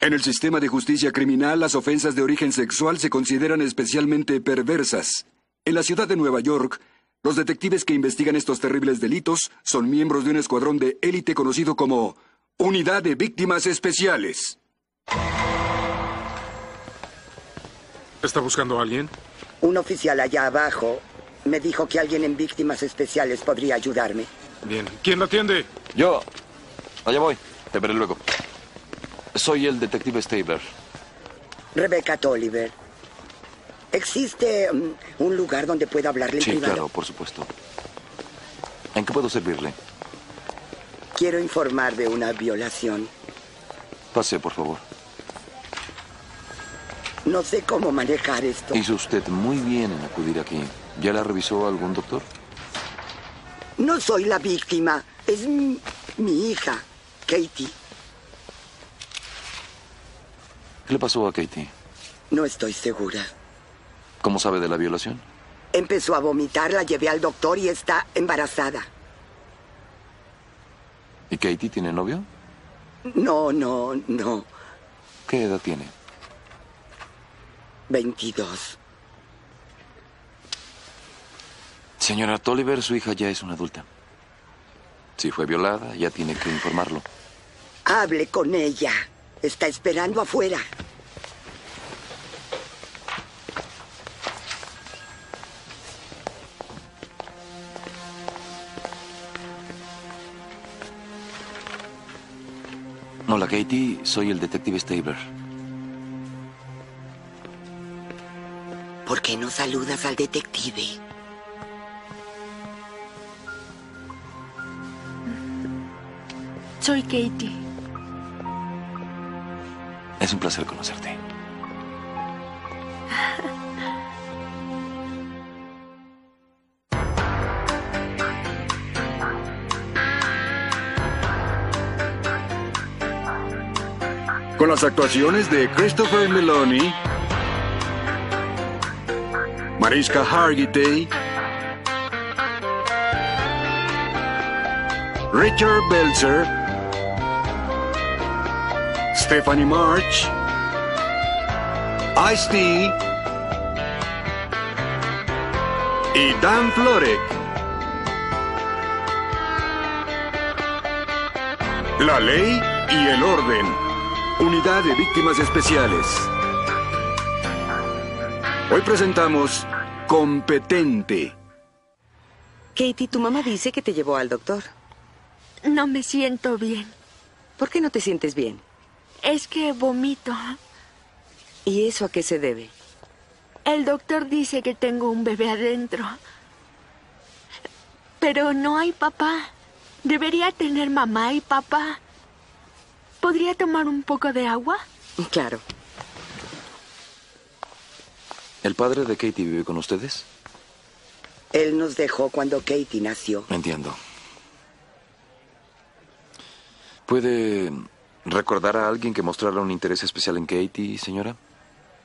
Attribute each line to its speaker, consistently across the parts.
Speaker 1: En el sistema de justicia criminal, las ofensas de origen sexual se consideran especialmente perversas. En la ciudad de Nueva York, los detectives que investigan estos terribles delitos son miembros de un escuadrón de élite conocido como Unidad de Víctimas Especiales.
Speaker 2: ¿Está buscando a alguien?
Speaker 3: Un oficial allá abajo me dijo que alguien en víctimas especiales podría ayudarme.
Speaker 2: Bien. ¿Quién la atiende?
Speaker 4: Yo. Allá voy. Te veré luego. Soy el detective Stabler.
Speaker 3: Rebecca Tolliver. ¿Existe mm, un lugar donde pueda hablarle en
Speaker 4: Sí,
Speaker 3: privado?
Speaker 4: claro, por supuesto. ¿En qué puedo servirle?
Speaker 3: Quiero informar de una violación.
Speaker 4: Pase, por favor.
Speaker 3: No sé cómo manejar esto.
Speaker 4: Hizo usted muy bien en acudir aquí. ¿Ya la revisó algún doctor?
Speaker 3: No soy la víctima. Es mi, mi hija, Katie.
Speaker 4: ¿Qué le pasó a Katie?
Speaker 3: No estoy segura.
Speaker 4: ¿Cómo sabe de la violación?
Speaker 3: Empezó a vomitar, la llevé al doctor y está embarazada.
Speaker 4: ¿Y Katie tiene novio?
Speaker 3: No, no, no.
Speaker 4: ¿Qué edad tiene?
Speaker 3: 22.
Speaker 4: Señora Tolliver, su hija ya es una adulta. Si fue violada, ya tiene que informarlo.
Speaker 3: Hable con ella. Está esperando afuera.
Speaker 4: Hola, Katie. Soy el detective Stabler.
Speaker 3: ¿Por qué no saludas al detective?
Speaker 5: Soy Katie.
Speaker 4: Es un placer conocerte.
Speaker 1: Con las actuaciones de Christopher Meloni, Mariska Hargitay, Richard Belzer, Stephanie March, Ice-T y Dan Florek. La ley y el orden. Unidad de Víctimas Especiales. Hoy presentamos Competente.
Speaker 6: Katie, tu mamá dice que te llevó al doctor.
Speaker 5: No me siento bien.
Speaker 6: ¿Por qué no te sientes bien?
Speaker 5: Es que vomito.
Speaker 6: ¿Y eso a qué se debe?
Speaker 5: El doctor dice que tengo un bebé adentro. Pero no hay papá. Debería tener mamá y papá. ¿Podría tomar un poco de agua?
Speaker 6: Claro.
Speaker 4: ¿El padre de Katie vive con ustedes?
Speaker 3: Él nos dejó cuando Katie nació.
Speaker 4: Entiendo. ¿Puede recordar a alguien que mostrara un interés especial en Katie, señora?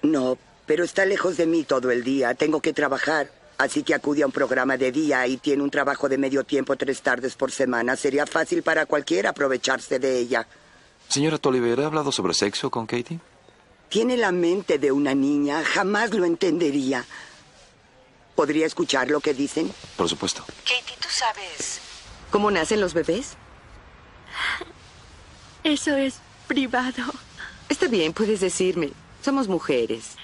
Speaker 3: No, pero está lejos de mí todo el día. Tengo que trabajar. Así que acude a un programa de día y tiene un trabajo de medio tiempo tres tardes por semana. Sería fácil para cualquiera aprovecharse de ella.
Speaker 4: Señora Tolliver, ¿ha hablado sobre sexo con Katie?
Speaker 3: Tiene la mente de una niña. Jamás lo entendería. ¿Podría escuchar lo que dicen?
Speaker 4: Por supuesto.
Speaker 6: Katie, ¿tú sabes cómo nacen los bebés?
Speaker 5: Eso es privado.
Speaker 6: Está bien, puedes decirme. Somos mujeres.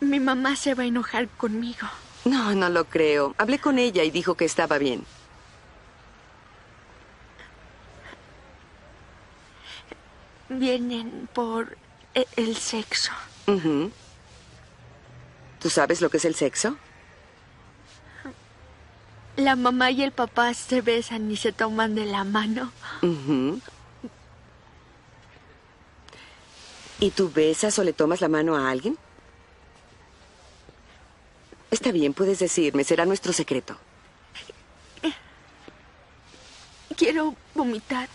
Speaker 5: Mi mamá se va a enojar conmigo.
Speaker 6: No, no lo creo. Hablé con ella y dijo que estaba bien.
Speaker 5: Vienen por e- el sexo.
Speaker 6: Ujú. ¿Tú sabes lo que es el sexo?
Speaker 5: La mamá y el papá se besan y se toman de la mano.
Speaker 6: Ujú. ¿Y tú besas o le tomas la mano a alguien? Está bien, puedes decirme, será nuestro secreto.
Speaker 5: Quiero vomitar.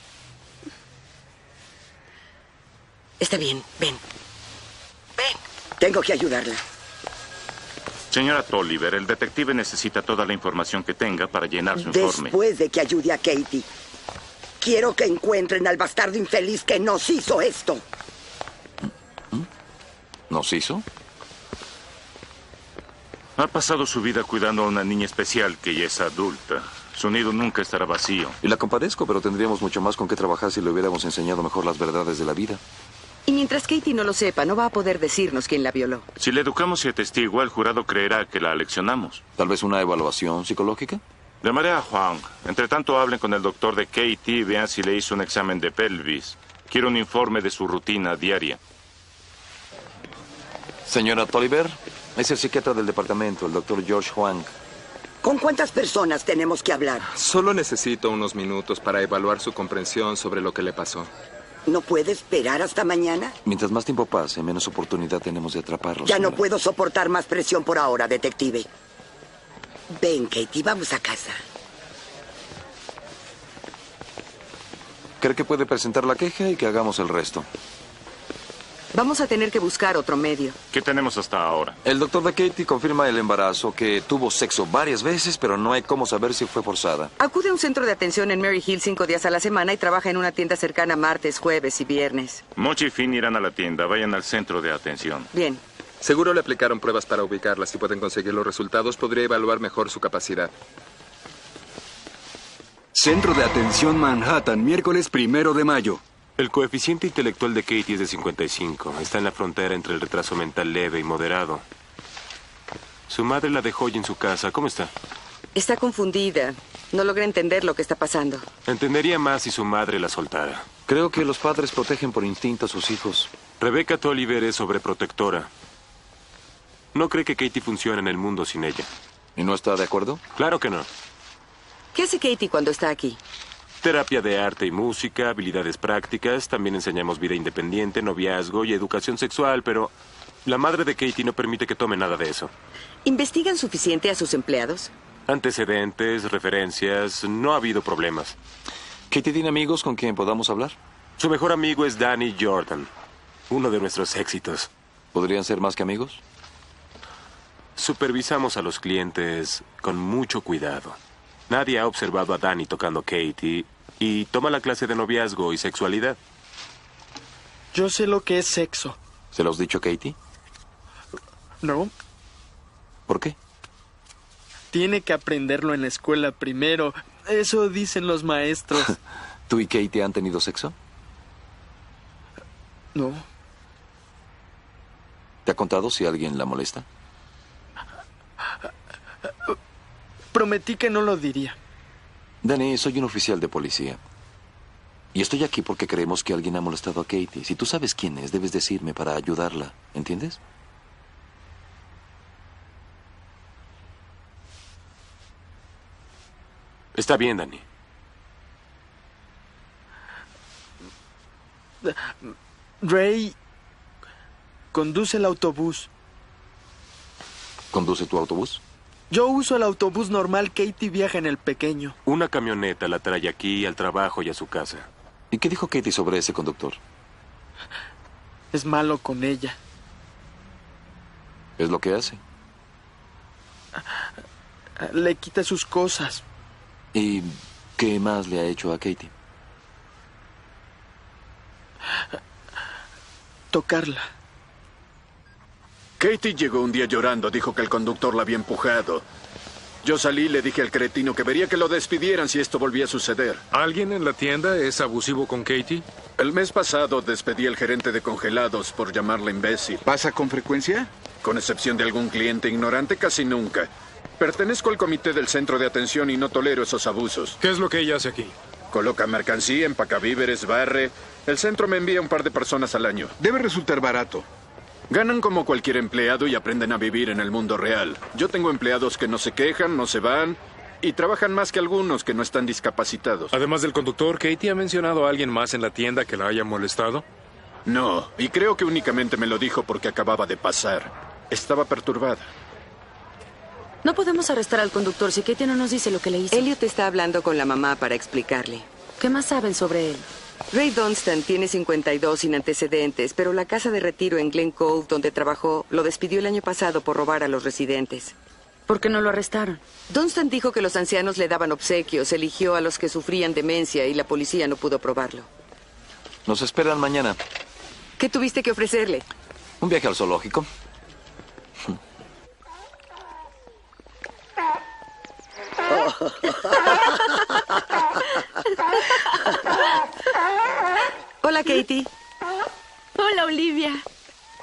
Speaker 6: Está bien, ven.
Speaker 3: Tengo que ayudarla.
Speaker 7: Señora Tolliver, el detective necesita toda la información que tenga para llenar su informe.
Speaker 3: Después de que ayude a Katie. Quiero que encuentren al bastardo infeliz que nos hizo esto.
Speaker 4: ¿Nos hizo?
Speaker 7: Ha pasado su vida cuidando a una niña especial que ya es adulta. Su nido nunca estará vacío.
Speaker 4: Y la compadezco, pero tendríamos mucho más con qué trabajar si le hubiéramos enseñado mejor las verdades de la vida.
Speaker 6: Y mientras Katie no lo sepa, no va a poder decirnos quién la violó.
Speaker 7: Si la educamos y atestigua, el jurado creerá que la aleccionamos.
Speaker 4: Tal vez una evaluación psicológica.
Speaker 7: Llamaré a Juan. Entre tanto, hablen con el doctor de Katie y vean si le hizo un examen de pelvis. Quiero un informe de su rutina diaria.
Speaker 4: Señora Tolliver, es el psiquiatra del departamento, el doctor George Huang.
Speaker 3: ¿Con cuántas personas tenemos que hablar?
Speaker 8: Solo necesito unos minutos para evaluar su comprensión sobre lo que le pasó.
Speaker 3: ¿No puede esperar hasta mañana?
Speaker 4: Mientras más tiempo pase, menos oportunidad tenemos de atraparlo.
Speaker 3: Ya no
Speaker 4: señora.
Speaker 3: puedo soportar más presión por ahora, detective. Ven, Katie, vamos a casa.
Speaker 4: ¿Cree que puede presentar la queja y que hagamos el resto?
Speaker 6: Vamos a tener que buscar otro medio.
Speaker 7: ¿Qué tenemos hasta ahora?
Speaker 4: El doctor de Katie confirma el embarazo, que tuvo sexo varias veces, pero no hay cómo saber si fue forzada.
Speaker 6: Acude a un centro de atención en Mary Hill cinco días a la semana y trabaja en una tienda cercana martes, jueves y viernes.
Speaker 7: Mochi y Finn irán a la tienda. Vayan al centro de atención.
Speaker 6: Bien.
Speaker 8: Seguro le aplicaron pruebas para ubicarla. Si pueden conseguir los resultados, podría evaluar mejor su capacidad.
Speaker 1: Centro de Atención Manhattan, miércoles primero de mayo.
Speaker 9: El coeficiente intelectual de Katie es de 55. Está en la frontera entre el retraso mental leve y moderado. Su madre la dejó hoy en su casa. ¿Cómo está?
Speaker 6: Está confundida. No logra entender lo que está pasando.
Speaker 9: Entendería más si su madre la soltara.
Speaker 4: Creo que los padres protegen por instinto a sus hijos.
Speaker 9: Rebecca Tolliver es sobreprotectora. No cree que Katie funcione en el mundo sin ella.
Speaker 4: ¿Y no está de acuerdo?
Speaker 9: Claro que no.
Speaker 6: ¿Qué hace Katie cuando está aquí?
Speaker 9: Terapia de arte y música, habilidades prácticas, también enseñamos vida independiente, noviazgo y educación sexual, pero la madre de Katie no permite que tome nada de eso.
Speaker 6: ¿Investigan suficiente a sus empleados?
Speaker 9: Antecedentes, referencias, no ha habido problemas.
Speaker 4: ¿Katie tiene amigos con quien podamos hablar?
Speaker 9: Su mejor amigo es Danny Jordan, uno de nuestros éxitos.
Speaker 4: ¿Podrían ser más que amigos?
Speaker 9: Supervisamos a los clientes con mucho cuidado. Nadie ha observado a Danny tocando Katie y toma la clase de noviazgo y sexualidad.
Speaker 10: Yo sé lo que es sexo.
Speaker 4: ¿Se los dicho Katie?
Speaker 10: No,
Speaker 4: ¿Por qué?
Speaker 10: tiene que aprenderlo en la escuela primero. Eso dicen los maestros.
Speaker 4: ¿Tú y Katie han tenido sexo?
Speaker 10: No,
Speaker 4: ¿Te ha contado si alguien la molesta?
Speaker 10: prometí que no lo diría.
Speaker 4: Danny, soy un oficial de policía. Y estoy aquí porque creemos que alguien ha molestado a Katie. Si tú sabes quién es, debes decirme para ayudarla. ¿Entiendes?
Speaker 9: Está bien, Danny.
Speaker 10: Ray conduce el autobús.
Speaker 4: ¿Conduce tu autobús?
Speaker 10: Yo uso el autobús normal, Katie viaja en el pequeño.
Speaker 9: Una camioneta la trae aquí, al trabajo y a su casa.
Speaker 4: ¿Y qué dijo Katie sobre ese conductor?
Speaker 10: Es malo con ella.
Speaker 4: Es lo que hace.
Speaker 10: Le quita sus cosas.
Speaker 4: ¿Y qué más le ha hecho a Katie?
Speaker 10: Tocarla.
Speaker 11: Katie llegó un día llorando, dijo que el conductor la había empujado. Yo salí y le dije al cretino que vería que lo despidieran si esto volvía a suceder.
Speaker 2: ¿Alguien en la tienda es abusivo con Katie?
Speaker 11: El mes pasado despedí al gerente de congelados por llamarla imbécil.
Speaker 12: ¿Pasa con frecuencia?
Speaker 11: Con excepción de algún cliente ignorante, casi nunca. Pertenezco al comité del centro de atención y no tolero esos abusos.
Speaker 2: ¿Qué es lo que ella hace aquí?
Speaker 11: Coloca mercancía, empaca víveres, barre. El centro me envía un par de personas al año.
Speaker 12: Debe resultar barato.
Speaker 11: Ganan como cualquier empleado y aprenden a vivir en el mundo real. Yo tengo empleados que no se quejan, no se van y trabajan más que algunos que no están discapacitados.
Speaker 2: Además del conductor, ¿Katie ha mencionado a alguien más en la tienda que la haya molestado?
Speaker 11: No, y creo que únicamente me lo dijo porque acababa de pasar. Estaba perturbada.
Speaker 13: No podemos arrestar al conductor si Katie no nos dice lo que le hizo.
Speaker 6: Elliot está hablando con la mamá para explicarle.
Speaker 13: ¿Qué más saben sobre él?
Speaker 6: Ray Dunstan tiene 52 sin antecedentes, pero la casa de retiro en Glen Cove, donde trabajó, lo despidió el año pasado por robar a los residentes.
Speaker 13: ¿Por qué no lo arrestaron?
Speaker 6: Dunstan dijo que los ancianos le daban obsequios, eligió a los que sufrían demencia y la policía no pudo probarlo.
Speaker 4: Nos esperan mañana.
Speaker 6: ¿Qué tuviste que ofrecerle?
Speaker 4: Un viaje al zoológico.
Speaker 6: Hola, Katie.
Speaker 5: Hola, Olivia.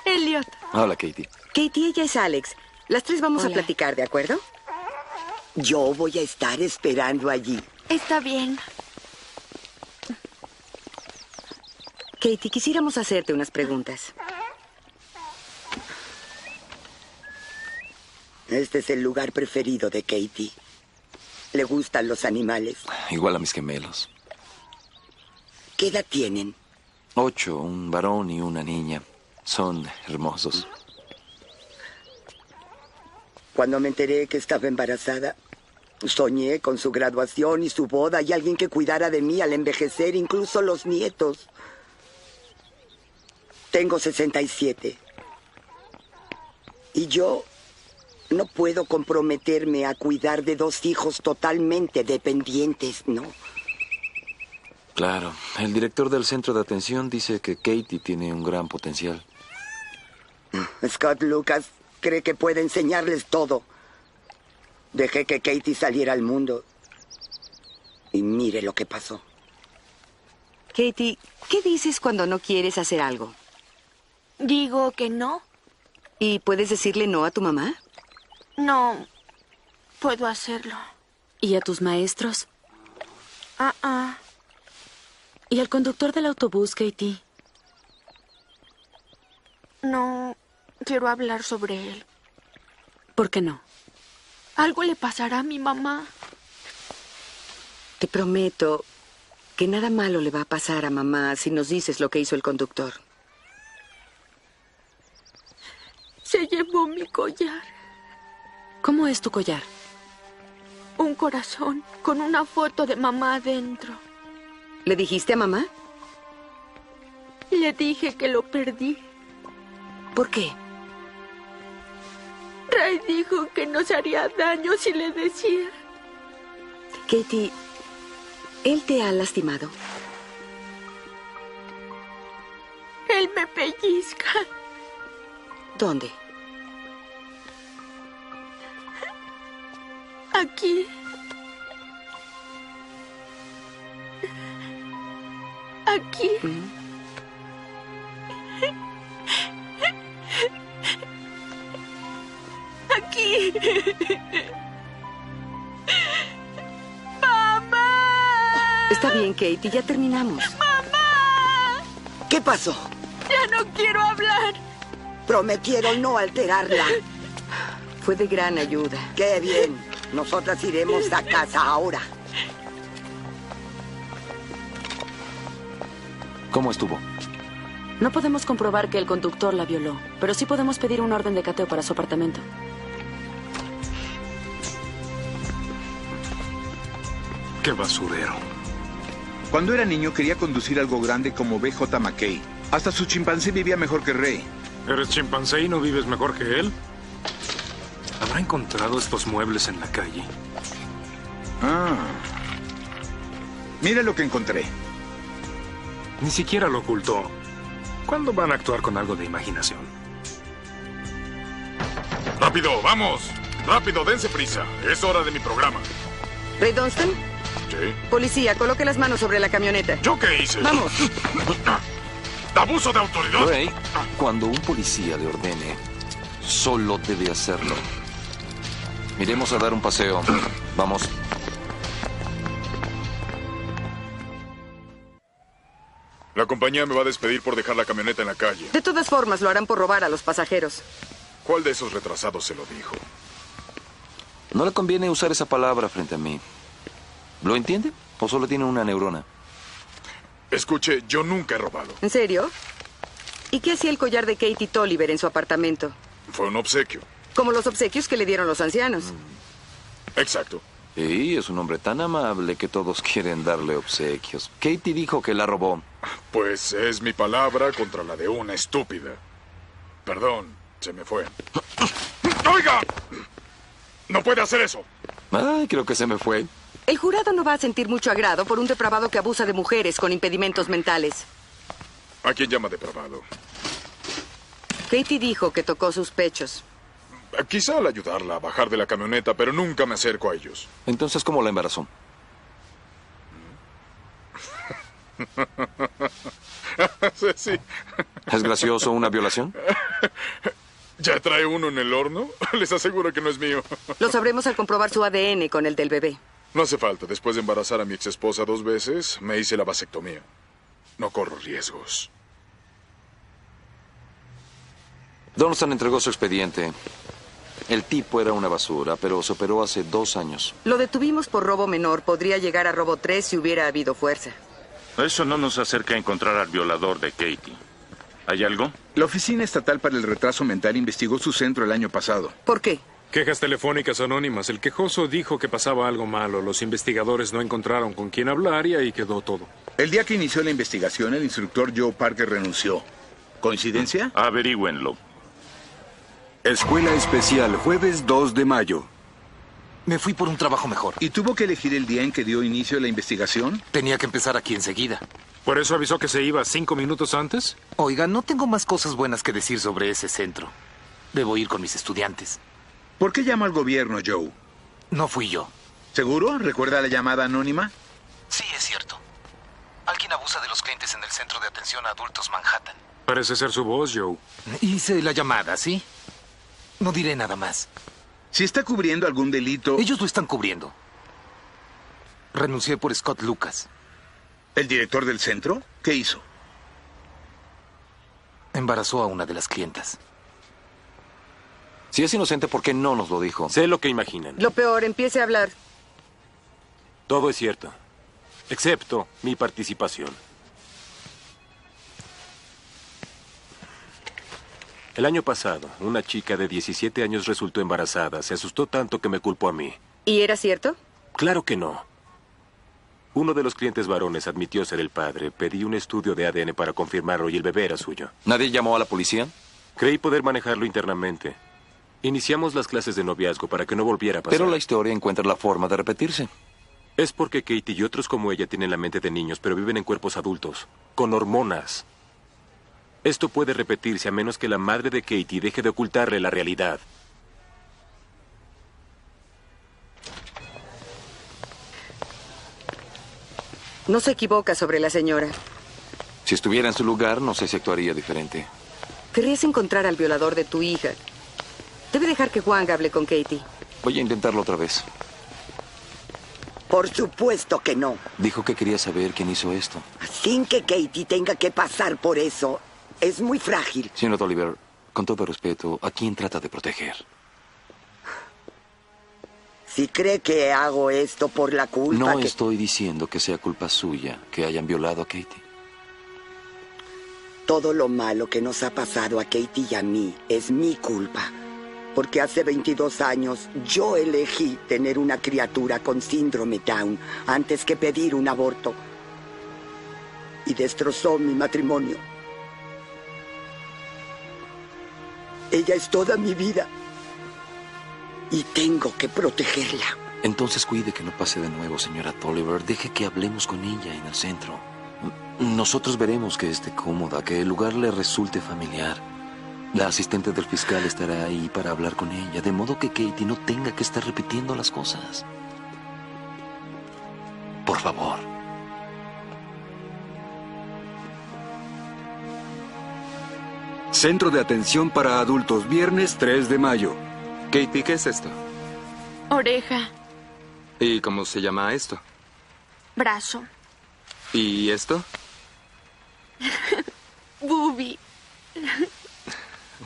Speaker 5: Elliot.
Speaker 4: Hola, Katie.
Speaker 6: Katie, ella es Alex. Las tres vamos a platicar, ¿de acuerdo?
Speaker 3: Yo voy a estar esperando allí.
Speaker 5: Está bien.
Speaker 6: Katie, quisiéramos hacerte unas preguntas.
Speaker 3: Este es el lugar preferido de Katie. Le gustan los animales.
Speaker 4: Igual a mis gemelos.
Speaker 3: ¿Qué edad tienen?
Speaker 4: Ocho, un varón y una niña. Son hermosos.
Speaker 3: Cuando me enteré que estaba embarazada, soñé con su graduación y su boda y alguien que cuidara de mí al envejecer, incluso los nietos. Tengo 67. Y yo no puedo comprometerme a cuidar de dos hijos totalmente dependientes, ¿no?
Speaker 4: Claro. El director del centro de atención dice que Katie tiene un gran potencial.
Speaker 3: Scott Lucas cree que puede enseñarles todo. Dejé que Katie saliera al mundo. Y mire lo que pasó.
Speaker 6: Katie, ¿qué dices cuando no quieres hacer algo?
Speaker 5: Digo que no.
Speaker 6: ¿Y puedes decirle no a tu mamá?
Speaker 5: No puedo hacerlo.
Speaker 13: ¿Y a tus maestros?
Speaker 5: Ah, ah.
Speaker 13: ¿Y al conductor del autobús, Katie?
Speaker 5: No quiero hablar sobre él.
Speaker 13: ¿Por qué no?
Speaker 5: Algo le pasará a mi mamá.
Speaker 6: Te prometo que nada malo le va a pasar a mamá si nos dices lo que hizo el conductor.
Speaker 5: Se llevó mi collar.
Speaker 13: ¿Cómo es tu collar?
Speaker 5: Un corazón con una foto de mamá adentro.
Speaker 6: ¿Le dijiste a mamá?
Speaker 5: Le dije que lo perdí.
Speaker 13: ¿Por qué?
Speaker 5: Ray dijo que nos haría daño si le decía.
Speaker 6: Katie, ¿él te ha lastimado?
Speaker 5: Él me pellizca.
Speaker 6: ¿Dónde?
Speaker 5: Aquí. Aquí. Aquí. ¡Mamá!
Speaker 6: Está bien, Katie, ya terminamos.
Speaker 5: ¡Mamá!
Speaker 3: ¿Qué pasó?
Speaker 5: Ya no quiero hablar.
Speaker 3: Prometieron no alterarla.
Speaker 6: Fue de gran ayuda.
Speaker 3: Qué bien. Nosotras iremos a casa ahora.
Speaker 4: ¿Cómo estuvo?
Speaker 13: No podemos comprobar que el conductor la violó, pero sí podemos pedir un orden de cateo para su apartamento.
Speaker 12: Qué basurero. Cuando era niño quería conducir algo grande como BJ McKay. Hasta su chimpancé vivía mejor que Rey.
Speaker 2: ¿Eres chimpancé y no vives mejor que él? ¿Habrá encontrado estos muebles en la calle?
Speaker 12: Ah. Mira lo que encontré.
Speaker 2: Ni siquiera lo ocultó. ¿Cuándo van a actuar con algo de imaginación?
Speaker 7: ¡Rápido, vamos! ¡Rápido, dense prisa! Es hora de mi programa.
Speaker 6: ¿Ray Dunstan?
Speaker 7: ¿Sí?
Speaker 6: Policía, coloque las manos sobre la camioneta.
Speaker 7: ¿Yo qué hice?
Speaker 6: Vamos.
Speaker 7: ¡Abuso de autoridad!
Speaker 4: Ray, cuando un policía le ordene, solo debe hacerlo. Iremos a dar un paseo. Vamos.
Speaker 7: La compañía me va a despedir por dejar la camioneta en la calle.
Speaker 6: De todas formas, lo harán por robar a los pasajeros.
Speaker 7: ¿Cuál de esos retrasados se lo dijo?
Speaker 4: No le conviene usar esa palabra frente a mí. ¿Lo entiende? ¿O solo tiene una neurona?
Speaker 7: Escuche, yo nunca he robado.
Speaker 6: ¿En serio? ¿Y qué hacía el collar de Katie Tolliver en su apartamento?
Speaker 7: Fue un obsequio.
Speaker 6: Como los obsequios que le dieron los ancianos.
Speaker 7: Exacto.
Speaker 4: Sí, es un hombre tan amable que todos quieren darle obsequios. Katie dijo que la robó.
Speaker 7: Pues es mi palabra contra la de una estúpida. Perdón, se me fue. ¡Oiga! No puede hacer eso.
Speaker 4: Ay, creo que se me fue.
Speaker 6: El jurado no va a sentir mucho agrado por un depravado que abusa de mujeres con impedimentos mentales.
Speaker 7: ¿A quién llama depravado?
Speaker 6: Katie dijo que tocó sus pechos.
Speaker 7: Eh, Quizá al ayudarla a bajar de la camioneta, pero nunca me acerco a ellos.
Speaker 4: Entonces, ¿cómo la embarazó?
Speaker 7: Sí, sí.
Speaker 4: ¿Es gracioso una violación?
Speaker 7: ¿Ya trae uno en el horno? Les aseguro que no es mío.
Speaker 6: Lo sabremos al comprobar su ADN con el del bebé.
Speaker 7: No hace falta. Después de embarazar a mi exesposa dos veces, me hice la vasectomía. No corro riesgos.
Speaker 4: Donaldson entregó su expediente. El tipo era una basura, pero se operó hace dos años.
Speaker 6: Lo detuvimos por robo menor. Podría llegar a robo 3 si hubiera habido fuerza.
Speaker 14: Eso no nos acerca a encontrar al violador de Katie. ¿Hay algo?
Speaker 12: La Oficina Estatal para el Retraso Mental investigó su centro el año pasado.
Speaker 6: ¿Por qué?
Speaker 2: Quejas telefónicas anónimas. El quejoso dijo que pasaba algo malo. Los investigadores no encontraron con quién hablar y ahí quedó todo.
Speaker 12: El día que inició la investigación, el instructor Joe Parker renunció. ¿Coincidencia?
Speaker 14: Averígüenlo.
Speaker 1: Escuela Especial, jueves 2 de mayo.
Speaker 15: Me fui por un trabajo mejor.
Speaker 12: ¿Y tuvo que elegir el día en que dio inicio a la investigación?
Speaker 15: Tenía que empezar aquí enseguida.
Speaker 2: ¿Por eso avisó que se iba cinco minutos antes?
Speaker 15: Oiga, no tengo más cosas buenas que decir sobre ese centro. Debo ir con mis estudiantes.
Speaker 12: ¿Por qué llama al gobierno, Joe?
Speaker 15: No fui yo.
Speaker 12: ¿Seguro? ¿Recuerda la llamada anónima?
Speaker 15: Sí, es cierto. Alguien abusa de los clientes en el Centro de Atención a Adultos Manhattan.
Speaker 2: Parece ser su voz, Joe.
Speaker 15: Hice la llamada, ¿sí? No diré nada más.
Speaker 12: Si está cubriendo algún delito...
Speaker 15: Ellos lo están cubriendo. Renuncié por Scott Lucas.
Speaker 12: ¿El director del centro? ¿Qué hizo?
Speaker 15: Embarazó a una de las clientas.
Speaker 4: Si es inocente, ¿por qué no nos lo dijo?
Speaker 9: Sé lo que imaginan.
Speaker 6: Lo peor, empiece a hablar.
Speaker 9: Todo es cierto. Excepto mi participación. El año pasado, una chica de 17 años resultó embarazada. Se asustó tanto que me culpó a mí.
Speaker 6: ¿Y era cierto?
Speaker 9: Claro que no. Uno de los clientes varones admitió ser el padre. Pedí un estudio de ADN para confirmarlo y el bebé era suyo.
Speaker 4: ¿Nadie llamó a la policía?
Speaker 9: Creí poder manejarlo internamente. Iniciamos las clases de noviazgo para que no volviera a pasar.
Speaker 4: Pero la historia encuentra la forma de repetirse.
Speaker 9: Es porque Katie y otros como ella tienen la mente de niños, pero viven en cuerpos adultos, con hormonas. Esto puede repetirse a menos que la madre de Katie deje de ocultarle la realidad.
Speaker 6: No se equivoca sobre la señora.
Speaker 4: Si estuviera en su lugar, no sé si actuaría diferente.
Speaker 6: Querrías encontrar al violador de tu hija. Debe dejar que Juan hable con Katie.
Speaker 4: Voy a intentarlo otra vez.
Speaker 3: Por supuesto que no.
Speaker 4: Dijo que quería saber quién hizo esto.
Speaker 3: Sin que Katie tenga que pasar por eso. Es muy frágil.
Speaker 4: Señor Oliver, con todo respeto, ¿a quién trata de proteger?
Speaker 3: Si cree que hago esto por la culpa
Speaker 4: No
Speaker 3: que...
Speaker 4: estoy diciendo que sea culpa suya que hayan violado a Katie.
Speaker 3: Todo lo malo que nos ha pasado a Katie y a mí es mi culpa. Porque hace 22 años yo elegí tener una criatura con síndrome Down antes que pedir un aborto. Y destrozó mi matrimonio. Ella es toda mi vida. Y tengo que protegerla.
Speaker 4: Entonces cuide que no pase de nuevo, señora Tolliver. Deje que hablemos con ella en el centro. Nosotros veremos que esté cómoda, que el lugar le resulte familiar. La asistente del fiscal estará ahí para hablar con ella, de modo que Katie no tenga que estar repitiendo las cosas. Por favor.
Speaker 1: Centro de Atención para Adultos, viernes 3 de mayo.
Speaker 8: Katie, ¿qué es esto?
Speaker 5: Oreja,
Speaker 8: ¿Y cómo se llama esto?
Speaker 5: brazo,
Speaker 8: ¿Y esto?
Speaker 5: bubi.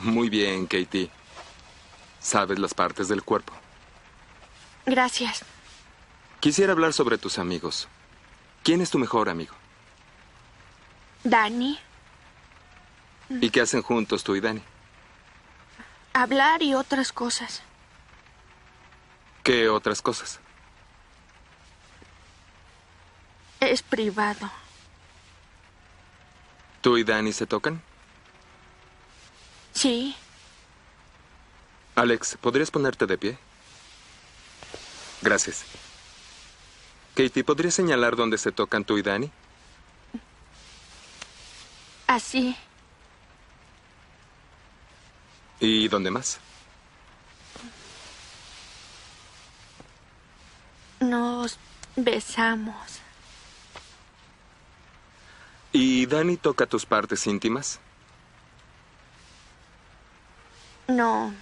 Speaker 8: Muy bien, Katie. Sabes las partes del cuerpo.
Speaker 5: Gracias.
Speaker 8: Quisiera hablar sobre tus amigos. ¿Quién es tu mejor amigo?
Speaker 5: Dani,
Speaker 8: ¿Y qué hacen juntos tú y Dani?
Speaker 5: hablar y otras cosas.
Speaker 8: ¿Qué otras cosas?
Speaker 5: Es privado.
Speaker 8: ¿Tú y Dani se tocan?
Speaker 5: Sí,
Speaker 8: Alex, ¿podrías ponerte de pie? Gracias. Katie, ¿podrías señalar dónde se tocan tú y Dani?
Speaker 5: así.
Speaker 8: ¿Y dónde más?
Speaker 5: Nos besamos.
Speaker 8: ¿Y Dani toca tus partes íntimas?
Speaker 5: No.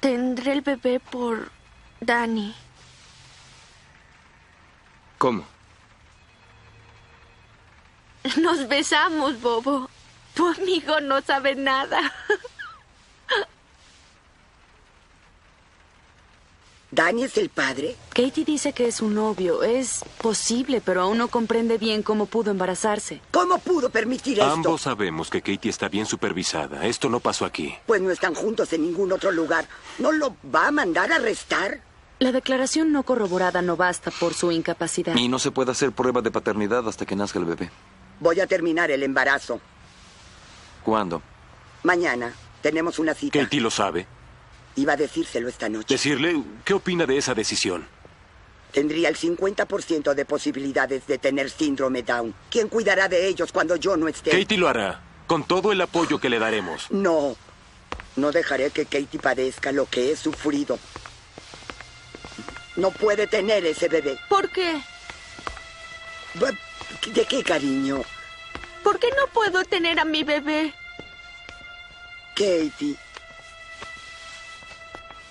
Speaker 5: Tendré el bebé por Dani.
Speaker 8: ¿Cómo?
Speaker 5: Nos besamos, Bobo. Tu amigo no sabe nada.
Speaker 3: ¿Dani es el padre?
Speaker 13: Katie dice que es un novio. Es posible, pero aún no comprende bien cómo pudo embarazarse.
Speaker 3: ¿Cómo pudo permitir
Speaker 9: Ambos sabemos que Katie está bien supervisada. Esto no pasó aquí.
Speaker 3: Pues no están juntos en ningún otro lugar. ¿No lo va a mandar a arrestar?
Speaker 13: La declaración no corroborada no basta por su incapacidad.
Speaker 4: Y no se puede hacer prueba de paternidad hasta que nazca el bebé.
Speaker 3: Voy a terminar el embarazo.
Speaker 4: ¿Cuándo?
Speaker 3: Mañana tenemos una cita.
Speaker 9: Katie lo sabe.
Speaker 3: Iba a decírselo esta noche.
Speaker 9: Decirle, ¿qué opina de esa decisión?
Speaker 3: Tendría el 50% de posibilidades de tener síndrome Down. ¿Quién cuidará de ellos cuando yo no esté?
Speaker 9: Katie lo hará, con todo el apoyo que le daremos.
Speaker 3: No. No dejaré que Katie padezca lo que he sufrido. No puede tener ese bebé.
Speaker 5: ¿Por qué?
Speaker 3: Bu- ¿De qué, cariño?
Speaker 5: ¿Por qué no puedo tener a mi bebé?
Speaker 3: Katie.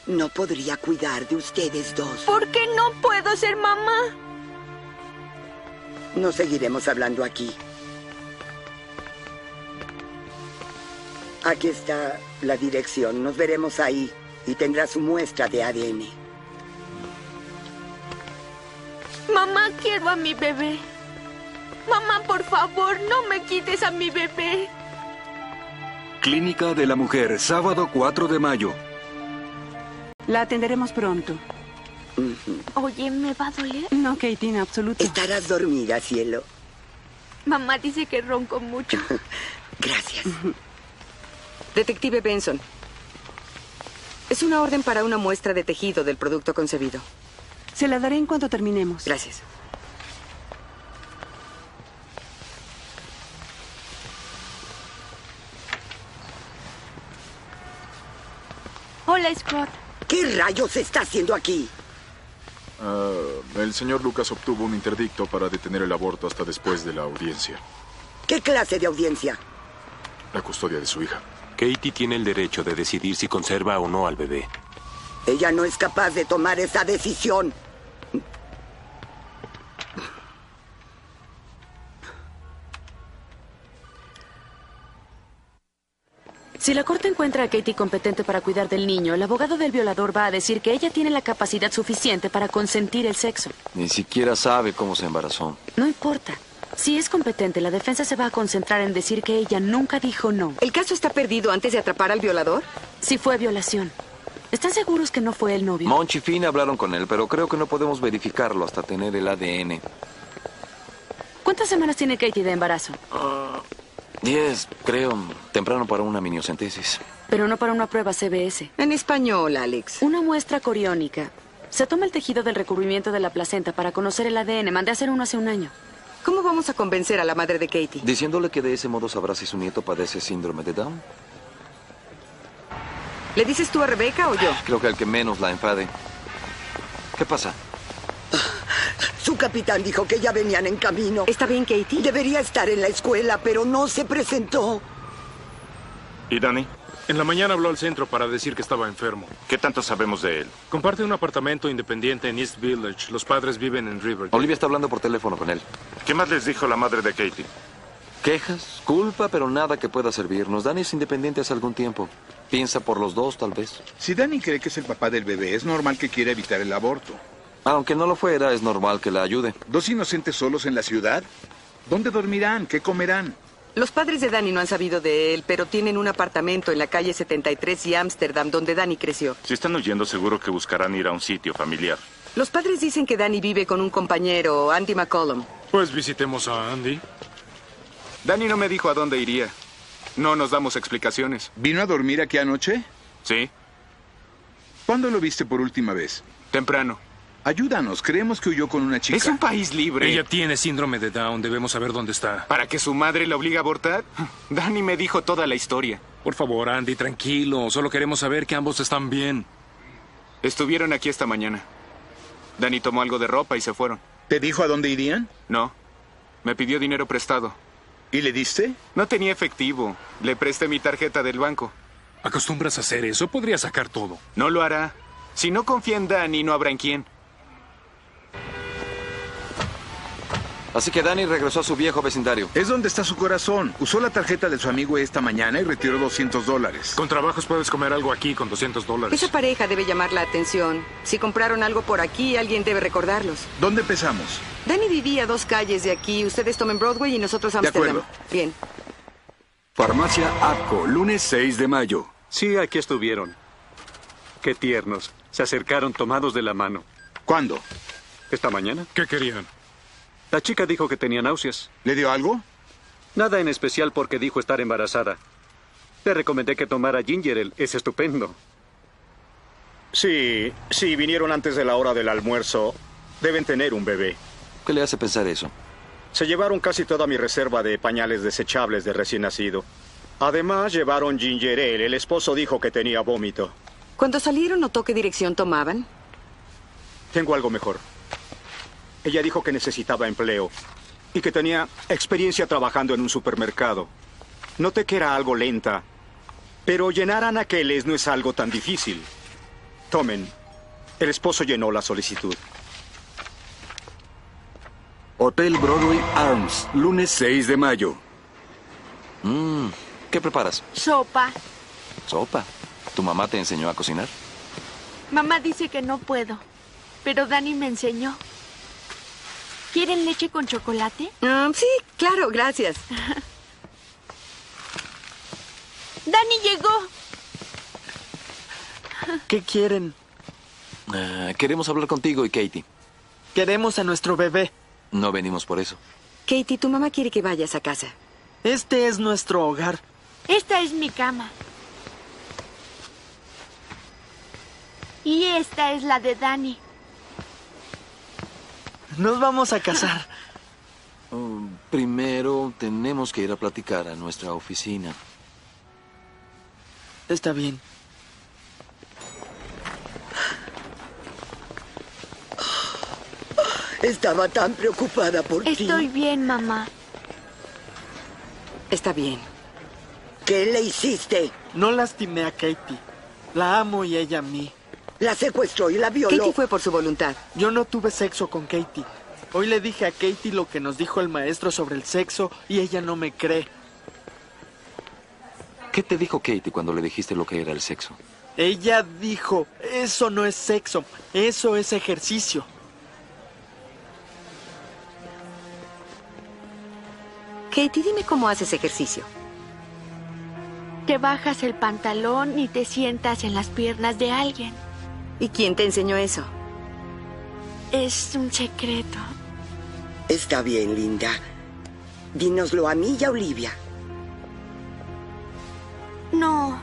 Speaker 3: No podría cuidar de ustedes dos.
Speaker 5: ¿Por qué no puedo ser mamá?
Speaker 3: No seguiremos hablando aquí. Aquí está la dirección. Nos veremos ahí y tendrá su muestra de ADN.
Speaker 5: Mamá, quiero a mi bebé. Mamá, por favor, no me quites a mi bebé.
Speaker 1: Clínica de la Mujer, sábado 4 de mayo.
Speaker 16: La atenderemos pronto.
Speaker 5: Oye, ¿me va a doler?
Speaker 16: No, Katie, en absoluto.
Speaker 3: Estarás dormida, cielo.
Speaker 5: Mamá dice que ronco mucho.
Speaker 3: Gracias.
Speaker 6: Detective Benson. Es una orden para una muestra de tejido del producto concebido.
Speaker 16: Se la daré en cuanto terminemos.
Speaker 6: Gracias.
Speaker 5: Hola, Scott.
Speaker 3: ¿Qué rayos está haciendo aquí?
Speaker 7: Ah, el señor Lucas obtuvo un interdicto para detener el aborto hasta después de la audiencia.
Speaker 3: ¿Qué clase de audiencia?
Speaker 7: La custodia de su hija.
Speaker 9: Katie tiene el derecho de decidir si conserva o no al bebé.
Speaker 3: Ella no es capaz de tomar esa decisión.
Speaker 13: Si la corte encuentra a Katie competente para cuidar del niño, el abogado del violador va a decir que ella tiene la capacidad suficiente para consentir el sexo.
Speaker 4: Ni siquiera sabe cómo se embarazó.
Speaker 13: No importa. Si es competente, la defensa se va a concentrar en decir que ella nunca dijo no.
Speaker 6: ¿El caso está perdido antes de atrapar al violador?
Speaker 13: Si fue violación. ¿Están seguros que no fue el novio?
Speaker 4: Monch y Finn hablaron con él, pero creo que no podemos verificarlo hasta tener el ADN.
Speaker 13: ¿Cuántas semanas tiene Katie de embarazo?
Speaker 4: Diez, creo, temprano para una miniocentesis.
Speaker 13: Pero no para una prueba CBS.
Speaker 6: En español, Alex.
Speaker 13: Una muestra coriónica. Se toma el tejido del recubrimiento de la placenta para conocer el ADN. Mandé a hacer uno hace un año.
Speaker 6: ¿Cómo vamos a convencer a la madre de Katie?
Speaker 4: Diciéndole que de ese modo sabrá si su nieto padece síndrome de Down.
Speaker 6: ¿Le dices tú a Rebeca o yo?
Speaker 4: Creo que al que menos la enfade. ¿Qué pasa?
Speaker 3: Su capitán dijo que ya venían en camino.
Speaker 6: ¿Está bien, Katie?
Speaker 3: Debería estar en la escuela, pero no se presentó.
Speaker 14: ¿Y Dani?
Speaker 2: En la mañana habló al centro para decir que estaba enfermo.
Speaker 14: ¿Qué tanto sabemos de él?
Speaker 2: Comparte un apartamento independiente en East Village. Los padres viven en River.
Speaker 4: Olivia está hablando por teléfono con él.
Speaker 14: ¿Qué más les dijo la madre de Katie?
Speaker 4: Quejas, culpa, pero nada que pueda servirnos. Dani es independiente hace algún tiempo. Piensa por los dos, tal vez.
Speaker 12: Si Danny cree que es el papá del bebé, es normal que quiera evitar el aborto.
Speaker 4: Aunque no lo fuera, es normal que la ayude.
Speaker 12: ¿Dos inocentes solos en la ciudad? ¿Dónde dormirán? ¿Qué comerán?
Speaker 6: Los padres de Dani no han sabido de él, pero tienen un apartamento en la calle 73 y Ámsterdam, donde Dani creció.
Speaker 14: Si están huyendo, seguro que buscarán ir a un sitio familiar.
Speaker 6: Los padres dicen que Dani vive con un compañero, Andy McCollum.
Speaker 2: Pues visitemos a Andy.
Speaker 8: Dani no me dijo a dónde iría. No nos damos explicaciones.
Speaker 12: ¿Vino a dormir aquí anoche?
Speaker 14: Sí,
Speaker 12: ¿Cuándo lo viste por última vez?
Speaker 8: temprano.
Speaker 12: Ayúdanos, creemos que huyó con una chica.
Speaker 17: Es un país libre.
Speaker 2: Ella tiene síndrome de Down, debemos saber dónde está.
Speaker 17: ¿Para que su madre la obligue a abortar? Danny me dijo toda la historia.
Speaker 2: Por favor, Andy, tranquilo. Solo queremos saber que ambos están bien.
Speaker 17: Estuvieron aquí esta mañana. Danny tomó algo de ropa y se fueron.
Speaker 12: ¿Te dijo a dónde irían?
Speaker 17: No. Me pidió dinero prestado.
Speaker 12: ¿Y le diste?
Speaker 17: No tenía efectivo. Le presté mi tarjeta del banco.
Speaker 2: ¿Acostumbras a hacer eso? Podría sacar todo.
Speaker 17: No lo hará. Si no confía en Danny, no habrá en quién.
Speaker 4: Así que Danny regresó a su viejo vecindario.
Speaker 12: Es donde está su corazón. Usó la tarjeta de su amigo esta mañana y retiró 200 dólares.
Speaker 2: Con trabajos puedes comer algo aquí con 200 dólares.
Speaker 6: Esa pareja debe llamar la atención. Si compraron algo por aquí, alguien debe recordarlos.
Speaker 12: ¿Dónde empezamos?
Speaker 6: Danny vivía dos calles de aquí. Ustedes tomen Broadway y nosotros Amsterdam.
Speaker 1: acuerdo.
Speaker 6: Bien.
Speaker 1: Farmacia APCO, lunes 6 de mayo.
Speaker 18: Sí, aquí estuvieron. Qué tiernos. Se acercaron tomados de la mano.
Speaker 12: ¿Cuándo?
Speaker 18: Esta mañana.
Speaker 2: ¿Qué querían?
Speaker 18: La chica dijo que tenía náuseas.
Speaker 12: ¿Le dio algo?
Speaker 18: Nada en especial porque dijo estar embarazada. Le recomendé que tomara ginger ale. Es estupendo.
Speaker 19: Sí, sí, vinieron antes de la hora del almuerzo. Deben tener un bebé.
Speaker 4: ¿Qué le hace pensar eso?
Speaker 19: Se llevaron casi toda mi reserva de pañales desechables de recién nacido. Además, llevaron ginger ale. El esposo dijo que tenía vómito.
Speaker 6: Cuando salieron, notó qué dirección tomaban.
Speaker 19: Tengo algo mejor. Ella dijo que necesitaba empleo y que tenía experiencia trabajando en un supermercado. Noté que era algo lenta, pero llenar anaqueles no es algo tan difícil. Tomen. El esposo llenó la solicitud.
Speaker 1: Hotel Broadway Arms, lunes 6 de mayo.
Speaker 4: Mm, ¿Qué preparas?
Speaker 5: Sopa.
Speaker 4: Sopa. ¿Tu mamá te enseñó a cocinar?
Speaker 5: Mamá dice que no puedo, pero Dani me enseñó. ¿Quieren leche con chocolate?
Speaker 6: Ah, sí, claro, gracias.
Speaker 5: Dani llegó.
Speaker 10: ¿Qué quieren?
Speaker 4: Ah, queremos hablar contigo y Katie.
Speaker 10: Queremos a nuestro bebé.
Speaker 4: No venimos por eso.
Speaker 6: Katie, tu mamá quiere que vayas a casa.
Speaker 10: Este es nuestro hogar.
Speaker 5: Esta es mi cama. Y esta es la de Dani.
Speaker 10: Nos vamos a casar.
Speaker 4: Oh, primero tenemos que ir a platicar a nuestra oficina.
Speaker 10: Está bien.
Speaker 3: Estaba tan preocupada por ti.
Speaker 5: Estoy bien, mamá.
Speaker 6: Está bien.
Speaker 3: ¿Qué le hiciste?
Speaker 10: No lastimé a Katie. La amo y ella a mí.
Speaker 3: La secuestró y la violó.
Speaker 6: Katie fue por su voluntad.
Speaker 10: Yo no tuve sexo con Katie. Hoy le dije a Katie lo que nos dijo el maestro sobre el sexo y ella no me cree.
Speaker 4: ¿Qué te dijo Katie cuando le dijiste lo que era el sexo?
Speaker 10: Ella dijo, eso no es sexo, eso es ejercicio.
Speaker 6: Katie, dime cómo haces ejercicio.
Speaker 5: Te bajas el pantalón y te sientas en las piernas de alguien.
Speaker 6: ¿Y quién te enseñó eso?
Speaker 5: Es un secreto.
Speaker 3: Está bien, linda. Dínoslo a mí y a Olivia.
Speaker 5: No.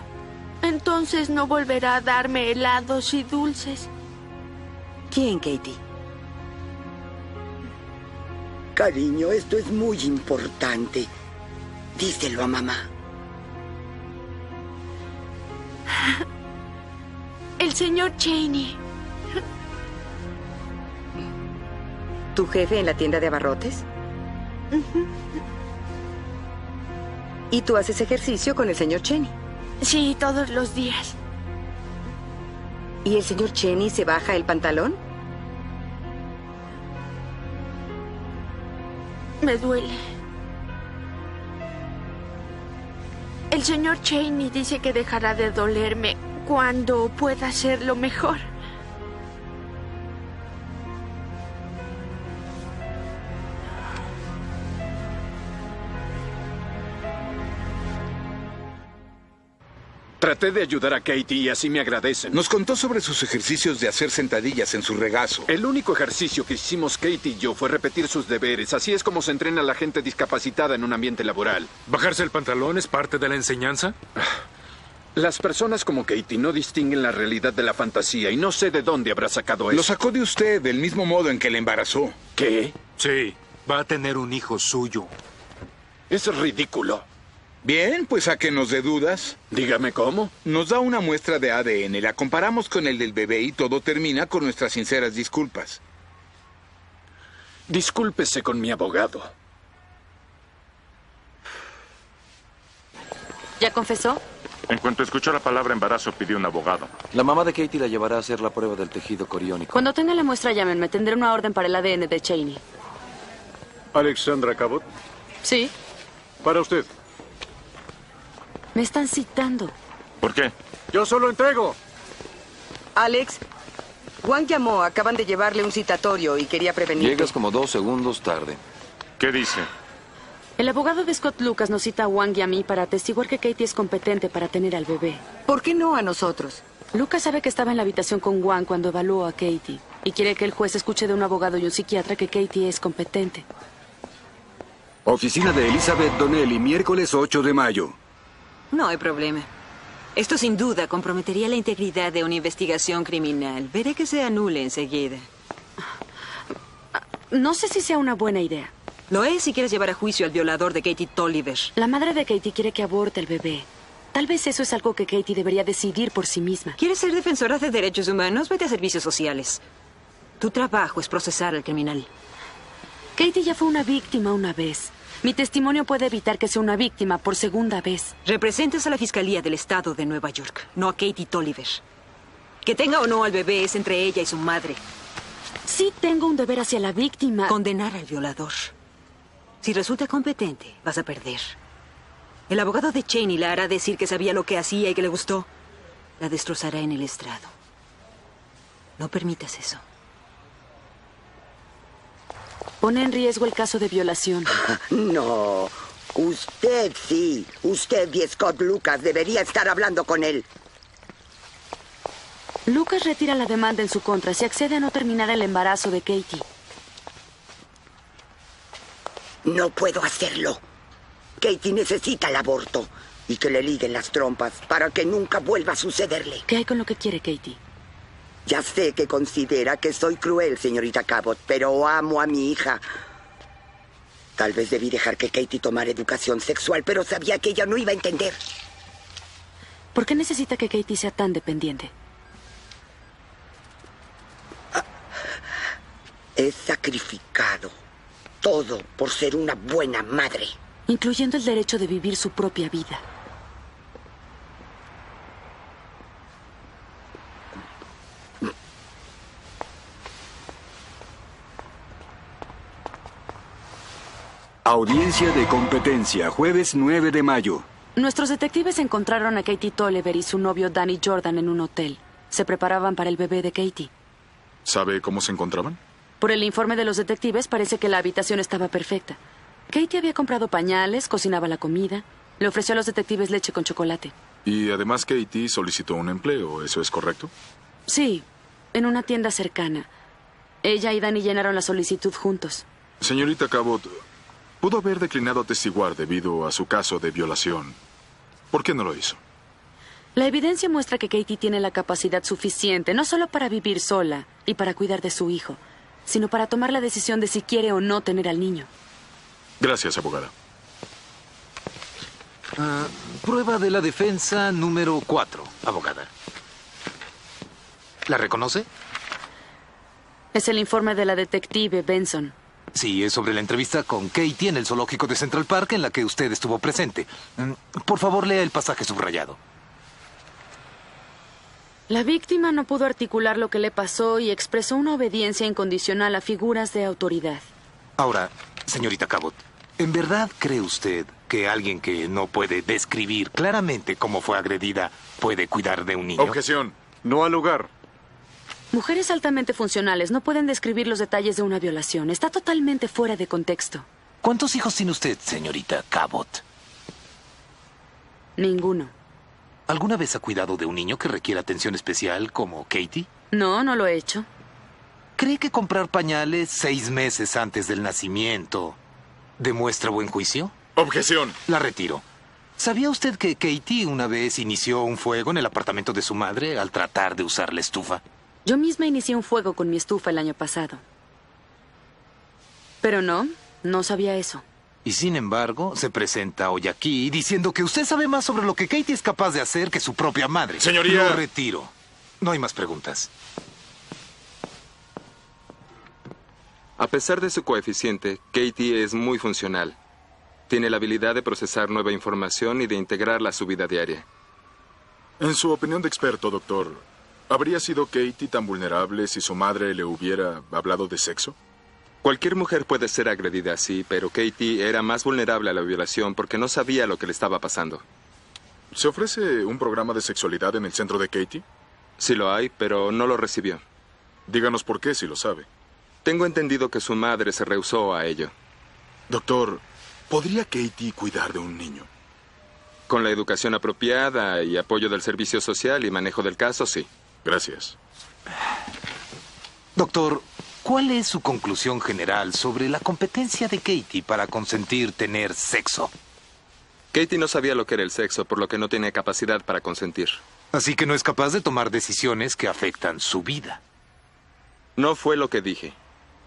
Speaker 5: Entonces no volverá a darme helados y dulces.
Speaker 6: ¿Quién, Katie?
Speaker 3: Cariño, esto es muy importante. Díselo a mamá.
Speaker 5: El señor Cheney.
Speaker 6: ¿Tu jefe en la tienda de abarrotes? ¿Y tú haces ejercicio con el señor Cheney?
Speaker 5: Sí, todos los días.
Speaker 6: ¿Y el señor Cheney se baja el pantalón?
Speaker 5: Me duele. El señor Cheney dice que dejará de dolerme cuando pueda hacerlo mejor.
Speaker 11: Traté de ayudar a Katie y así me agradecen.
Speaker 12: Nos contó sobre sus ejercicios de hacer sentadillas en su regazo.
Speaker 11: El único ejercicio que hicimos Katie y yo fue repetir sus deberes. Así es como se entrena a la gente discapacitada en un ambiente laboral.
Speaker 2: ¿Bajarse el pantalón es parte de la enseñanza?
Speaker 11: Las personas como Katie no distinguen la realidad de la fantasía y no sé de dónde habrá sacado eso.
Speaker 12: Lo sacó de usted del mismo modo en que le embarazó.
Speaker 11: ¿Qué?
Speaker 9: Sí, va a tener un hijo suyo.
Speaker 11: Es ridículo.
Speaker 12: Bien, pues sáquenos de dudas.
Speaker 11: Dígame cómo.
Speaker 12: Nos da una muestra de ADN, la comparamos con el del bebé y todo termina con nuestras sinceras disculpas.
Speaker 11: Discúlpese con mi abogado.
Speaker 13: ¿Ya confesó?
Speaker 14: En cuanto escuchó la palabra embarazo, pidió un abogado.
Speaker 4: La mamá de Katie la llevará a hacer la prueba del tejido coriónico.
Speaker 13: Cuando tenga la muestra, llámenme. Tendré una orden para el ADN de Cheney.
Speaker 18: Alexandra Cabot,
Speaker 13: Sí,
Speaker 18: para usted.
Speaker 13: me están citando.
Speaker 14: ¿Por qué?
Speaker 18: Yo solo entrego.
Speaker 6: Alex, Juan llamó, acaban de llevarle un citatorio y quería prevenir.
Speaker 4: Llegas como dos segundos tarde.
Speaker 14: ¿Qué dice?
Speaker 13: El abogado de Scott Lucas nos cita a Wang y a mí para atestiguar que Katie es competente para tener al bebé.
Speaker 6: ¿Por qué no a nosotros?
Speaker 13: Lucas sabe que estaba en la habitación con Wang cuando evaluó a Katie y quiere que el juez escuche de un abogado y un psiquiatra que Katie es competente.
Speaker 1: Oficina de Elizabeth Donnelly, miércoles 8 de mayo.
Speaker 20: No hay problema. Esto sin duda comprometería la integridad de una investigación criminal. Veré que se anule enseguida.
Speaker 13: No sé si sea una buena idea.
Speaker 20: Lo es si quieres llevar a juicio al violador de Katie Tolliver.
Speaker 13: La madre de Katie quiere que aborte al bebé. Tal vez eso es algo que Katie debería decidir por sí misma.
Speaker 20: ¿Quieres ser defensora de derechos humanos? Vete a servicios sociales. Tu trabajo es procesar al criminal.
Speaker 13: Katie ya fue una víctima una vez. Mi testimonio puede evitar que sea una víctima por segunda vez.
Speaker 20: Representas a la Fiscalía del Estado de Nueva York, no a Katie Tolliver. Que tenga o no al bebé es entre ella y su madre.
Speaker 13: Sí tengo un deber hacia la víctima.
Speaker 20: Condenar al violador. Si resulta competente, vas a perder. El abogado de Cheney la hará decir que sabía lo que hacía y que le gustó. La destrozará en el estrado. No permitas eso.
Speaker 13: Pone en riesgo el caso de violación.
Speaker 3: No, usted sí. Usted y Scott Lucas debería estar hablando con él.
Speaker 13: Lucas retira la demanda en su contra si accede a no terminar el embarazo de Katie.
Speaker 3: No puedo hacerlo. Katie necesita el aborto y que le liguen las trompas para que nunca vuelva a sucederle.
Speaker 13: ¿Qué hay con lo que quiere Katie?
Speaker 3: Ya sé que considera que soy cruel, señorita Cabot, pero amo a mi hija. Tal vez debí dejar que Katie tomara educación sexual, pero sabía que ella no iba a entender.
Speaker 13: ¿Por qué necesita que Katie sea tan dependiente?
Speaker 3: He sacrificado todo por ser una buena madre.
Speaker 13: Incluyendo el derecho de vivir su propia vida.
Speaker 1: Audiencia de competencia, jueves 9 de mayo.
Speaker 13: Nuestros detectives encontraron a Katie Tolliver y su novio Danny Jordan en un hotel. Se preparaban para el bebé de Katie.
Speaker 7: ¿Sabe cómo se encontraban?
Speaker 13: Por el informe de los detectives parece que la habitación estaba perfecta. Katie había comprado pañales, cocinaba la comida, le ofreció a los detectives leche con chocolate.
Speaker 7: Y además Katie solicitó un empleo, ¿eso es correcto?
Speaker 13: Sí, en una tienda cercana. Ella y Danny llenaron la solicitud juntos.
Speaker 7: Señorita Cabot, pudo haber declinado atestiguar debido a su caso de violación. ¿Por qué no lo hizo?
Speaker 13: La evidencia muestra que Katie tiene la capacidad suficiente no solo para vivir sola y para cuidar de su hijo, sino para tomar la decisión de si quiere o no tener al niño.
Speaker 7: Gracias, abogada.
Speaker 21: Ah, prueba de la defensa número 4, abogada. ¿La reconoce?
Speaker 13: Es el informe de la detective Benson.
Speaker 21: Sí, es sobre la entrevista con Katie en el zoológico de Central Park en la que usted estuvo presente. Mm, Por favor, lea el pasaje subrayado.
Speaker 13: La víctima no pudo articular lo que le pasó y expresó una obediencia incondicional a figuras de autoridad.
Speaker 21: Ahora, señorita Cabot, ¿en verdad cree usted que alguien que no puede describir claramente cómo fue agredida puede cuidar de un niño?
Speaker 7: Objeción.
Speaker 11: No al lugar.
Speaker 13: Mujeres altamente funcionales no pueden describir los detalles de una violación. Está totalmente fuera de contexto.
Speaker 21: ¿Cuántos hijos tiene usted, señorita Cabot?
Speaker 13: Ninguno.
Speaker 21: ¿Alguna vez ha cuidado de un niño que requiere atención especial como Katie?
Speaker 13: No, no lo he hecho.
Speaker 21: ¿Cree que comprar pañales seis meses antes del nacimiento demuestra buen juicio?
Speaker 7: Objeción.
Speaker 21: La retiro. ¿Sabía usted que Katie una vez inició un fuego en el apartamento de su madre al tratar de usar la estufa?
Speaker 13: Yo misma inicié un fuego con mi estufa el año pasado. Pero no, no sabía eso.
Speaker 21: Y sin embargo, se presenta hoy aquí diciendo que usted sabe más sobre lo que Katie es capaz de hacer que su propia madre.
Speaker 7: Señoría.
Speaker 21: Lo retiro. No hay más preguntas.
Speaker 8: A pesar de su coeficiente, Katie es muy funcional. Tiene la habilidad de procesar nueva información y de integrarla a su vida diaria.
Speaker 7: En su opinión de experto, doctor, ¿habría sido Katie tan vulnerable si su madre le hubiera hablado de sexo?
Speaker 8: Cualquier mujer puede ser agredida así, pero Katie era más vulnerable a la violación porque no sabía lo que le estaba pasando.
Speaker 7: ¿Se ofrece un programa de sexualidad en el centro de Katie?
Speaker 8: Sí lo hay, pero no lo recibió.
Speaker 7: Díganos por qué si lo sabe.
Speaker 8: Tengo entendido que su madre se rehusó a ello.
Speaker 7: Doctor, ¿podría Katie cuidar de un niño?
Speaker 8: Con la educación apropiada y apoyo del servicio social y manejo del caso, sí.
Speaker 7: Gracias.
Speaker 21: Doctor, ¿cuál es su conclusión general sobre la competencia de Katie para consentir tener sexo?
Speaker 8: Katie no sabía lo que era el sexo, por lo que no tenía capacidad para consentir.
Speaker 21: Así que no es capaz de tomar decisiones que afectan su vida.
Speaker 8: No fue lo que dije.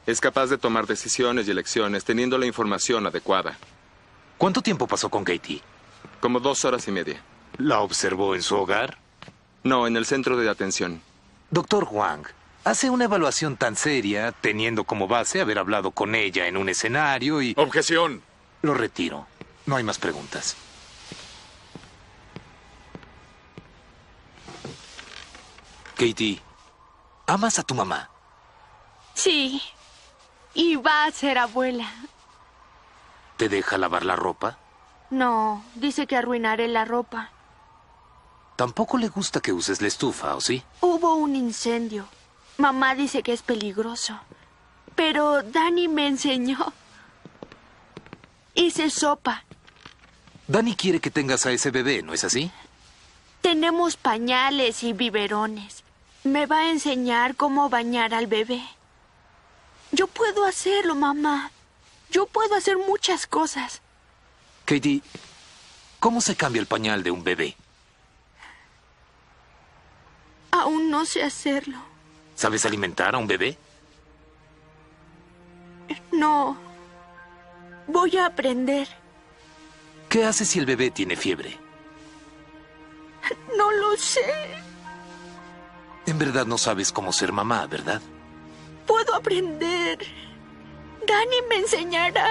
Speaker 8: Es capaz de tomar decisiones y elecciones teniendo la información adecuada.
Speaker 21: ¿Cuánto tiempo pasó con Katie?
Speaker 8: Como dos horas y media.
Speaker 21: ¿La observó en su hogar?
Speaker 8: No, en el centro de atención.
Speaker 21: Doctor Wang, hace una evaluación tan seria teniendo como base haber hablado con ella en un escenario y...
Speaker 7: Objeción.
Speaker 21: Lo retiro. No hay más preguntas. Katie, ¿amas a tu mamá?
Speaker 5: Sí. Y va a ser abuela.
Speaker 21: ¿Te deja lavar la ropa?
Speaker 5: No, dice que arruinaré la ropa.
Speaker 21: Tampoco le gusta que uses la estufa, ¿o sí?
Speaker 5: Hubo un incendio. Mamá dice que es peligroso. Pero Dani me enseñó. Hice sopa.
Speaker 21: Dani quiere que tengas a ese bebé, ¿no es así?
Speaker 5: Tenemos pañales y biberones. Me va a enseñar cómo bañar al bebé. Yo puedo hacerlo, mamá. Yo puedo hacer muchas cosas.
Speaker 21: Katie, ¿cómo se cambia el pañal de un bebé?
Speaker 5: Aún no sé hacerlo.
Speaker 21: ¿Sabes alimentar a un bebé?
Speaker 5: No. Voy a aprender.
Speaker 21: ¿Qué haces si el bebé tiene fiebre?
Speaker 5: No lo sé.
Speaker 21: En verdad no sabes cómo ser mamá, ¿verdad?
Speaker 5: Puedo aprender. Dani me enseñará.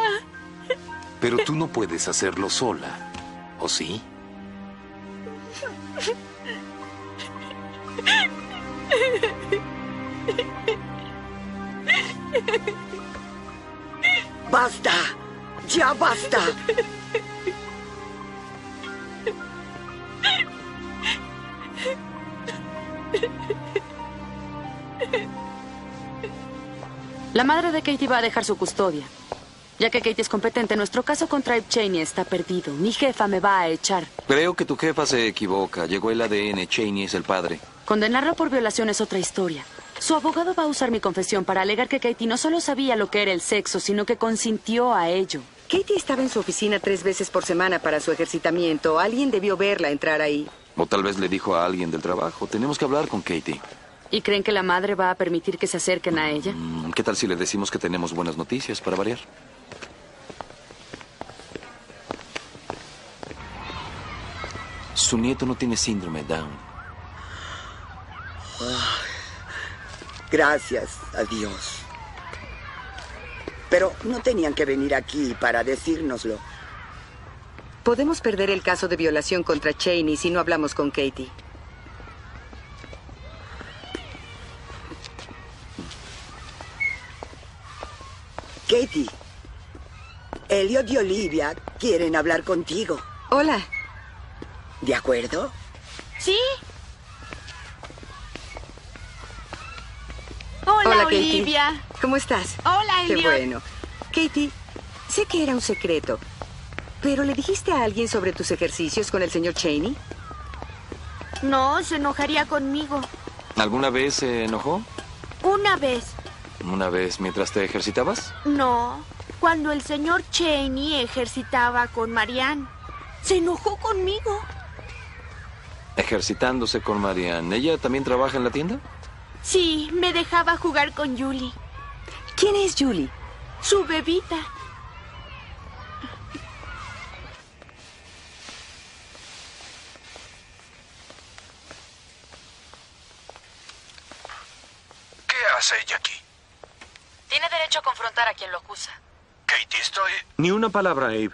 Speaker 21: Pero tú no puedes hacerlo sola, ¿o sí?
Speaker 3: ¡Basta! ¡Ya basta!
Speaker 13: La madre de Katie va a dejar su custodia. Ya que Katie es competente, nuestro caso contra Ip Cheney está perdido. Mi jefa me va a echar.
Speaker 4: Creo que tu jefa se equivoca. Llegó el ADN. Cheney es el padre.
Speaker 13: Condenarlo por violación es otra historia. Su abogado va a usar mi confesión para alegar que Katie no solo sabía lo que era el sexo, sino que consintió Oh, a ello.
Speaker 6: Katie estaba en su oficina tres veces por semana para su ejercitamiento. Alguien debió verla entrar ahí.
Speaker 4: O tal vez le dijo a alguien del trabajo, tenemos que hablar con Katie.
Speaker 13: ¿Y creen que la madre va a permitir que se acerquen a ella?
Speaker 4: Mm, ¿Qué tal si le decimos que tenemos buenas noticias para variar?
Speaker 21: Su nieto no tiene síndrome Down.
Speaker 3: Gracias a Dios. Pero no tenían que venir aquí para decírnoslo.
Speaker 6: Podemos perder el caso de violación contra Cheney si no hablamos con Katie.
Speaker 3: Katie, Elliot y Olivia quieren hablar contigo.
Speaker 6: Hola.
Speaker 3: ¿De acuerdo?
Speaker 5: Sí. Hola,
Speaker 6: Katie.
Speaker 5: Olivia.
Speaker 6: ¿Cómo estás?
Speaker 5: Hola,
Speaker 6: Qué
Speaker 5: Elliot.
Speaker 6: bueno. Katie, sé que era un secreto, pero ¿le dijiste a alguien sobre tus ejercicios con el señor Cheney?
Speaker 5: No, se enojaría conmigo.
Speaker 4: ¿Alguna vez se enojó?
Speaker 5: Una vez.
Speaker 4: ¿Una vez mientras te ejercitabas?
Speaker 5: No. Cuando el señor Cheney ejercitaba con Marianne. Se enojó conmigo.
Speaker 4: Ejercitándose con Marianne. ¿Ella también trabaja en la tienda?
Speaker 5: Sí, me dejaba jugar con Julie.
Speaker 13: ¿Quién es Julie?
Speaker 5: Su bebita.
Speaker 15: ¿Qué hace ella aquí?
Speaker 22: Tiene derecho a confrontar a quien lo acusa.
Speaker 15: Katie, estoy...
Speaker 18: Ni una palabra, Abe.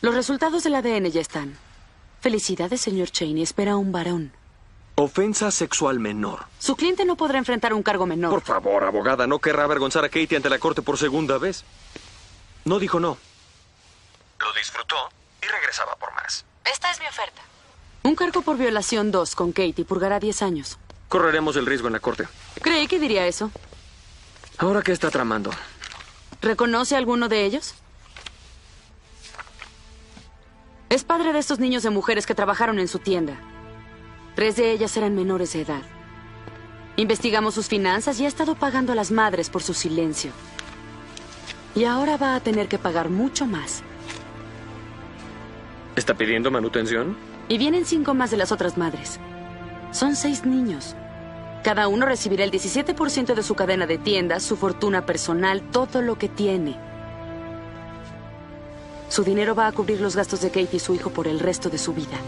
Speaker 13: Los resultados del ADN ya están. Felicidades, señor Cheney. Espera un varón.
Speaker 18: Ofensa sexual menor.
Speaker 13: Su cliente no podrá enfrentar un cargo menor.
Speaker 18: Por favor, abogada, no querrá avergonzar a Katie ante la corte por segunda vez. No dijo no.
Speaker 15: Lo disfrutó y regresaba por más.
Speaker 22: Esta es mi oferta.
Speaker 13: Un cargo por violación 2 con Katie purgará 10 años.
Speaker 18: Correremos el riesgo en la corte.
Speaker 13: ¿Cree que diría eso?
Speaker 18: ¿Ahora qué está tramando?
Speaker 13: ¿Reconoce alguno de ellos? Es padre de estos niños de mujeres que trabajaron en su tienda. Tres de ellas eran menores de edad. Investigamos sus finanzas y ha estado pagando a las madres por su silencio. Y ahora va a tener que pagar mucho más.
Speaker 18: ¿Está pidiendo manutención?
Speaker 13: Y vienen cinco más de las otras madres. Son seis niños. Cada uno recibirá el 17% de su cadena de tiendas, su fortuna personal, todo lo que tiene. Su dinero va a cubrir los gastos de Kate y su hijo por el resto de su vida.